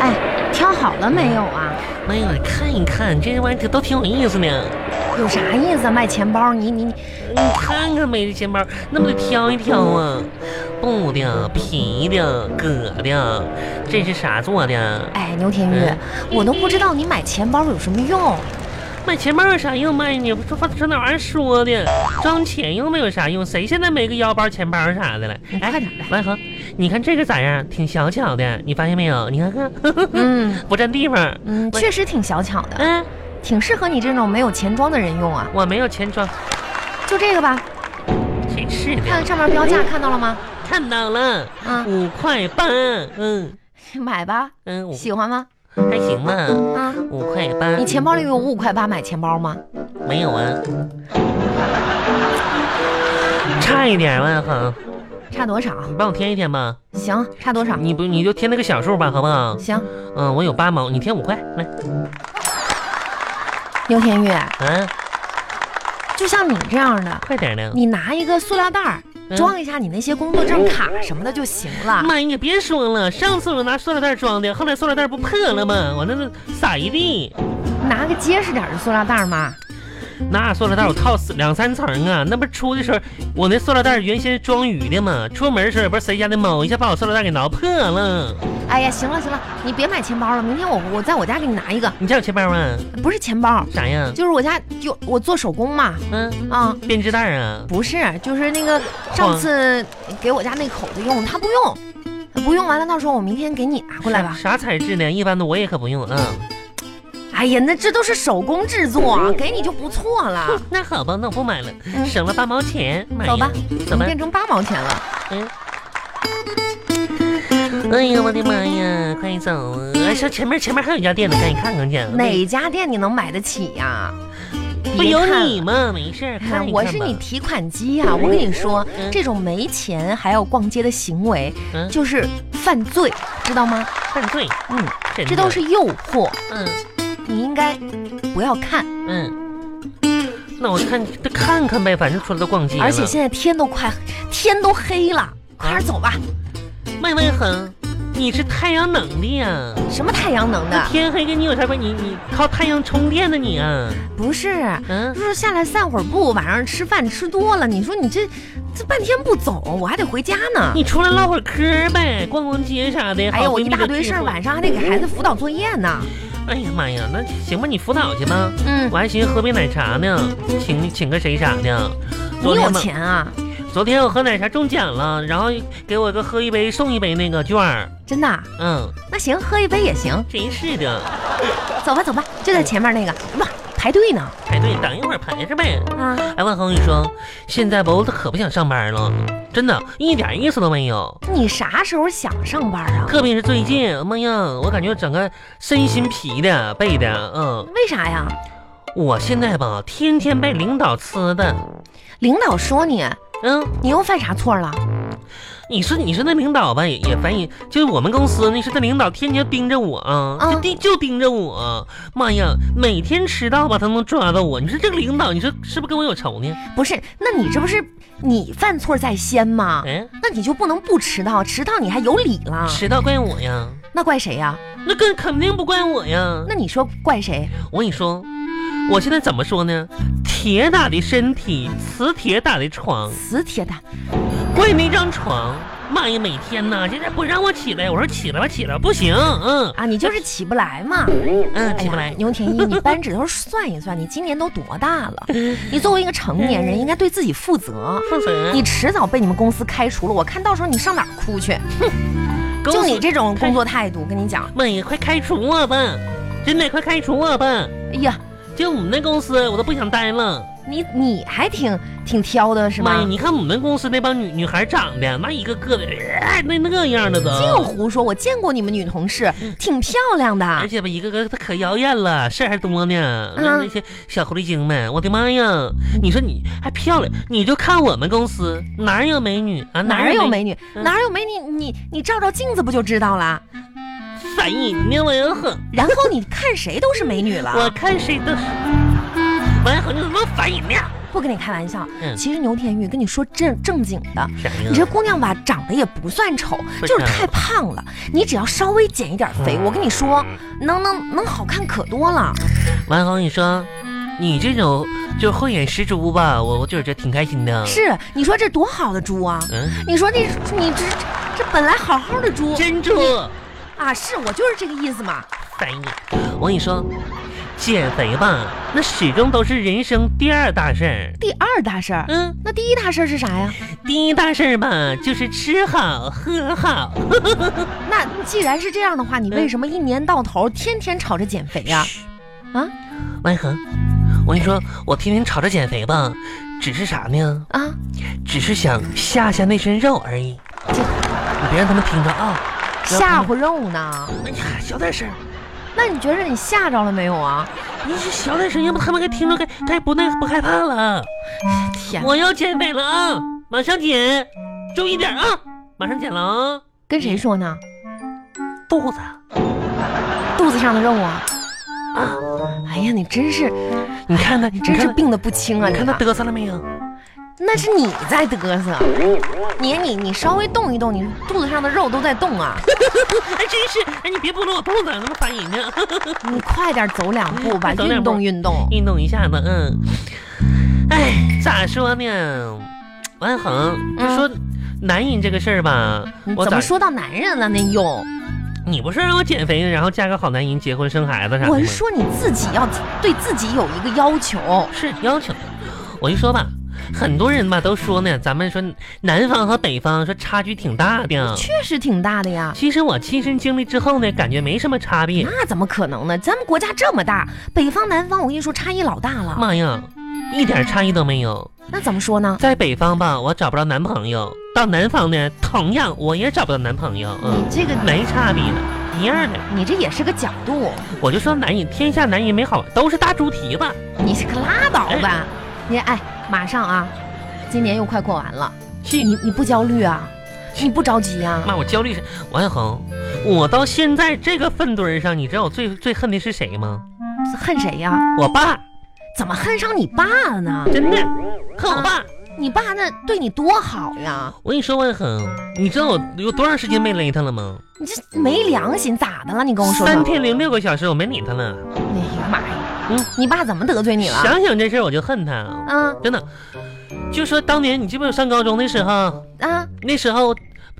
哎了没有啊？妈呀，看一看，这些玩意儿都挺有意思呢。有啥意思？卖钱包？你你你，你看看呗，这钱包那不得挑一挑啊？布的、皮的、革的，这是啥做的？哎，牛天玉，我都不知道你买钱包有什么用。卖钱包有啥用？卖你这这这那玩意儿说的，装钱用的有啥用？谁现在没个腰包、钱包啥的了？你快点来。万恒，你看这个咋样？挺小巧的，你发现没有？你看看， 嗯不占地方。嗯，喂确实挺小巧的，嗯，挺适合你这种没有钱装的人用啊。我没有钱装，就这个吧，真是看的。上面标价看到了吗？看到了，啊，五块八，嗯买吧，嗯，五喜欢吗？还行吧，啊，五块八你。钱包里有五块八买钱包吗？没有啊，差一点万恒，差多少？你帮我添一添吧。行，差多少？你不你就添那个小数吧，好不好？行，嗯，我有八毛，你添五块来。牛天玉，啊，就像你这样的，快点的。你拿一个塑料袋儿嗯装一下你那些工作证卡什么的就行了。妈呀，别说了，上次我拿塑料袋装的，后来塑料袋不破了吗？我那那撒一地，拿个结实点儿的塑料袋儿嘛。那塑料袋我套死两三层啊。那不是出的时候，我那塑料袋原先装鱼的嘛，出门的时候也不知道谁家的猫一下把我塑料袋给挠破了。哎呀，行了行了，你别买钱包了，明天我我在我家给你拿一个，你家有钱包啊？不是钱包，啥呀？就是我家有我做手工嘛，嗯，啊、编织袋啊？不是，就是那个上次嗯给我家那口子用，他不用，不用完了，到时候我明天给你拿过来吧。啥材质的？一般的我也可不用啊。哎呀，那这都是手工制作，啊嗯给你就不错了。啊那好吧，那我不买了，嗯省了八毛钱。妈呀走吧，走你吧。变成八毛钱了，哎呀，我的妈呀，快走啊！哎，上前面前面还有一家店呢，赶紧看看去。啊哪家店你能买得起呀、不别有看了哎哎你吗？没事儿，看一看吧我是你提款机呀、我跟你说嗯，这种没钱还要逛街的行为嗯就是犯罪，知道吗？犯罪，嗯，真的这都是诱惑，嗯你应该不要看。嗯。那我看得看看呗，反正出来都逛街了。而且现在天都快天都黑了，快点走吧。麦麦恒，你是太阳能的呀？什么太阳能的？天黑跟你有啥关系？你你靠太阳充电的你啊？不是，嗯就，是下来散会儿步，晚上吃饭吃多了，你说你这这半天不走，我还得回家呢。你出来唠会儿嗑呗，逛逛街啥的。哎呀，好我闺一蜜的大堆事儿，聚会晚上还得给孩子辅导作业呢。哎呀妈呀，那行吧，你辅导去吧。嗯，我还寻思喝杯奶茶呢，请请个谁啥的。你昨有天吧，钱啊？昨天我喝奶茶中奖了，然后给我个喝一杯送一杯那个券儿。真的啊？嗯，那行，喝一杯也行。真是的，走吧，走吧，就在前面那个，不排队呢排队等一会儿排着呗。啊！哎，万恒，你说现在吧，我可不想上班了，真的，一点意思都没有。你啥时候想上班啊？特别是最近，妈呀，我感觉整个身心疲的背的，嗯，为啥呀？我现在吧，天天被领导呲的，领导说你，嗯，你又犯啥错了？你说你说那领导吧，也也烦人，就是我们公司那是那领导天天盯着我啊，嗯就盯就盯着我，妈呀，每天迟到吧，他能抓到我。你说这个领导，你说是不是跟我有仇呢？不是，那你这不是你犯错在先吗？嗯、那你就不能不迟到，迟到你还有理了，迟到怪我呀，那怪谁呀、那更肯定不怪我呀。那你说怪谁？我跟你说，我现在怎么说呢？铁打的身体，磁铁打的床，死铁蛋！怪那张床。妈呀，每天呐，现在不让我起来，我说起来吧，起来吧，不行，嗯啊，你就是起不来嘛！嗯，哎起呀不来。牛田一，你扳指头算一算，你今年都多大了？你作为一个成年人，应该对自己负责。放水，你迟早被你们公司开除了，我看到时候你上哪儿哭去？狗就你屎这种工作态度，跟你讲，妈呀，快开除我吧！真的，快开除我吧！哎呀，就我们那公司，我都不想待了。你你还挺挺挑的是妈呀，吗？你看我们公司那帮女女孩长得，那一个个的，哎那那样的嗯净都。胡说！我见过你们女同事，挺漂亮而的。且吧，一个个她可妖艳了，事儿还多呢。嗯那那些小狐狸精们，我的妈呀！你说你还漂亮，你就看我们公司哪有美女啊？哪儿有美女？嗯哪儿有美女？你你照照镜子不就知道了？烦人呢？我要很，然后你看谁都是美女 我了。看谁都是。王小红，你怎么烦人呢？不跟你开玩笑，嗯其实牛田玉跟你说正正经的，啥呀？你这姑娘吧，长得也不算丑，不就是是太胖了。你只要稍微减一点肥，我跟你说，能能能好看可多了。嗯王红，你说你这种就是慧眼识珠吧，我我就觉得挺开心的。，是，你说这多好的猪啊！嗯，你说这你这这本来好好的猪珍珠，啊，是我就是这个意思嘛。烦你！我跟你说，减肥吧，那始终都是人生第二大事儿。第二大事儿，嗯，那第一大事儿是啥呀？第一大事儿吧，就是吃好喝好。那既然是这样的话，你为嗯什么一年到头天天吵着减肥呀、啊万恒，我跟你说，我天天吵着减肥吧，只是啥呢？啊！只是想下下那身肉而已。这你别让他们听着啊！吓唬肉呢？哎呀，小点声儿，那你觉得你吓着了没有啊？你是小点声，要不他们该听着该该不那不害怕了。天，我要减肥了啊，马上减，注意点啊，马上减了啊，跟谁说呢？肚子。肚子上的肉啊！哎呀，你真是你看他，你真是看他病得不轻啊！你你看他啊嘚瑟了没有？那是你在嘚瑟，你你你稍微动一动，你肚子上的肉都在动啊！哎，真是，哎，你别拨弄我肚子，那么烦人呢。嗯你快点走两步 吧，走运两步动运动。运动一下子，嗯。哎，咋说呢？王恒，就说男人这个事儿吧，你嗯我怎咋么？说到男人了呢？又，你不是让我减肥，然后嫁个好男人，结婚生孩子啥的我吗是？说你自己要对自己有一个要求。是要求。我就说吧，很多人吧都说呢，咱们说南方和北方说差距挺大的。确实挺大的呀。其实我亲身经历之后呢，感觉没什么差别。那怎么可能呢？咱们国家这么大，北方南方，我跟你说差异老大了。妈呀，一点差异都没有。那怎么说呢？在北方吧，我找不着男朋友；到南方呢，同样我也找不到男朋友。嗯你，这个没差别，一样的。你这也是个角度，我就说男人，天下男人没好，都是大猪蹄子。你是可拉倒吧。你哎，马上啊，今年又快过完了，是你你不焦虑啊？你不着急啊？妈，我焦虑是王小红，我到现在这个粪堆儿上，你知道我最最恨的是谁吗？恨谁呀、我爸，怎么恨上你爸了呢？真的恨我爸。你爸那对你多好呀！我跟你说，王小红，你知道我有多长时间没勒他了吗？你这没良心咋的了？你跟我说说。三天零六个小时，我没理他了。哎呀妈呀！嗯你爸怎么得罪你了？想想这事儿，我就恨他，啊真的。就说当年你记不记得上高中的时候，啊，那时候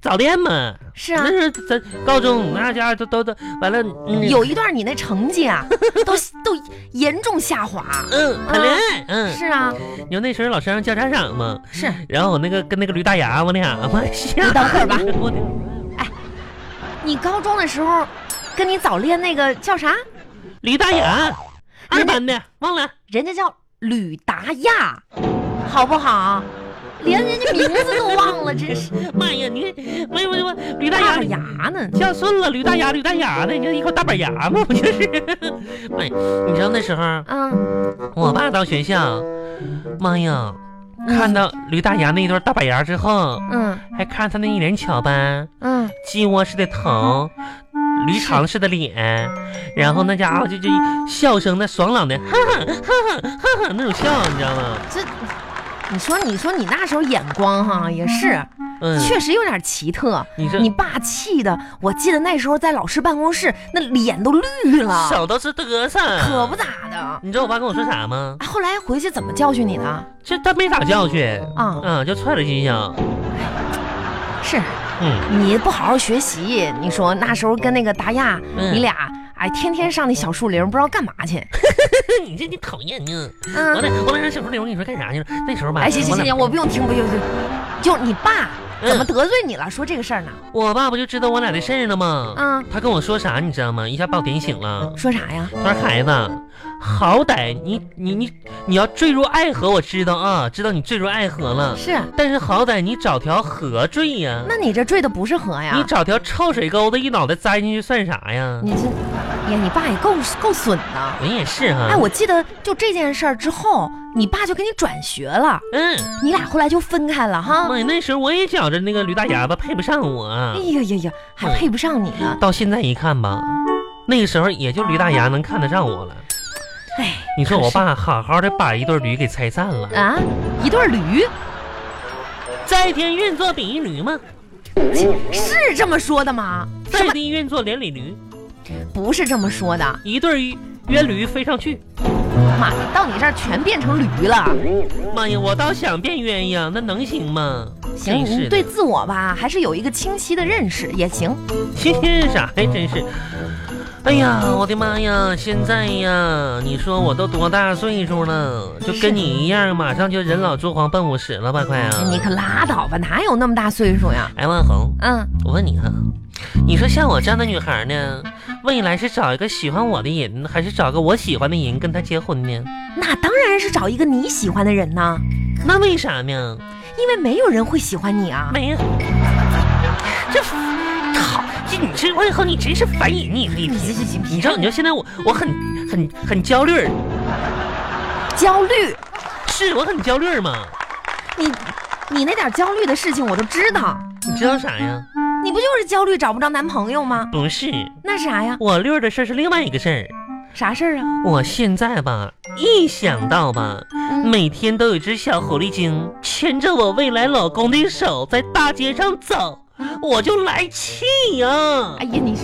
早恋嘛，是啊那。是咱高中那家伙都都都完了，嗯有一段你那成绩 啊，都都严重下滑。嗯谈恋爱，嗯，是啊，你说那时候老师让叫家长嘛，是。然后我那个跟那个驴大牙，我俩我吓你等会儿吧我的你高中的时候，跟你早恋那个叫啥？驴大牙，二班的忘了，人家叫吕达亚，好不好？连人家名字都忘了， 真是。妈呀，你我我我驴大大牙牙呢？叫顺了，驴大牙驴大牙的，你就一口大板牙嘛， 不就是？妈呀，你知道那时候嗯，我爸到学校，妈呀，看到驴大牙那一对大板牙之后，嗯还看他那一脸巧斑。嗯，鸡窝似的头，驴肠似的脸，然后那家伙就就笑声那爽朗的，哈哈哈哈哈哈那种笑，你知道吗？这，你说你说你那时候眼光哈也是，嗯，确实有点奇特。你这你爸气的，我记得那时候在老师办公室，那脸都绿了，手都是嘚瑟，可不。咋的。啊，你知道我爸跟我说啥吗？后来回去怎么教训你的？这他没咋教训，啊嗯，就踹了几脚，是嗯，你不好好学习，你说那时候跟那个达亚，嗯你俩哎天天上那小树林，不知道干嘛去。 你这你讨厌呢。我嗯，俩我俩上小树林，我跟你说干啥去了？那时候吧，哎，行行行俩行，我不用听，不用听，就你爸嗯怎么得罪你了？说这个事儿呢？我爸不就知道我俩的事儿了吗？嗯，他跟我说啥，你知道吗？一下把我点醒了。说啥呀？他说：“孩子，好歹你你你你要坠入爱河，我知道啊，知道你坠入爱河了。是，但是好歹你找条河坠呀，那你这坠的不是河呀你？找条臭水沟子一脑袋栽进去算啥呀？你这，哎呀，你爸也够够损的。我也是哈、哎，我记得就这件事儿之后，你爸就给你转学了，嗯，你俩后来就分开了哈。妈呀，那时候我也觉着那个驴大牙吧配不上哎我，啊呀呀呀，还配不上你呢。啊到现在一看吧，那个时候也就驴大牙能看得上我了。哎，你说我爸好好的把一对驴给拆散了，啊，一对驴，在天愿作比翼驴嘛，是这么说的吗？什在么地愿作连理驴，不是这么说的？一对冤驴飞上去。妈呀，到你这儿全变成驴了。妈呀，我倒想变鸳鸯，那能行吗？行，真是你的 对自我吧，还是有一个清晰的认识也行。这是啥呀？真是，哎呀，我的妈呀！现在呀，你说我都多大岁数了，就跟你一样，马上就人老珠黄奔五十了吧？快啊！你可拉倒吧，哪有那么大岁数呀？哎，万红，嗯，我问你哈，你说像我这样的女孩呢，未来是找一个喜欢我的人，还是找个我喜欢的人跟他结婚呢？那当然是找一个你喜欢的人呢，那为啥呢？因为没有人会喜欢你啊。没有，这好，这你这万红，你真是烦人，你你你你这这这你知道，你知道现在我我很很很焦虑儿，焦虑，是我很焦虑儿嘛？你你那点焦虑的事情我都知道，你知道啥呀？你不就是焦虑找不着男朋友吗？不是，那啥呀？我虑儿的事儿是另外一个事儿。啥事儿啊？我现在吧，一想到吧，嗯，每天都有一只小狐狸精牵着我未来老公的手在大街上走，我就来气呀、哎呀，你是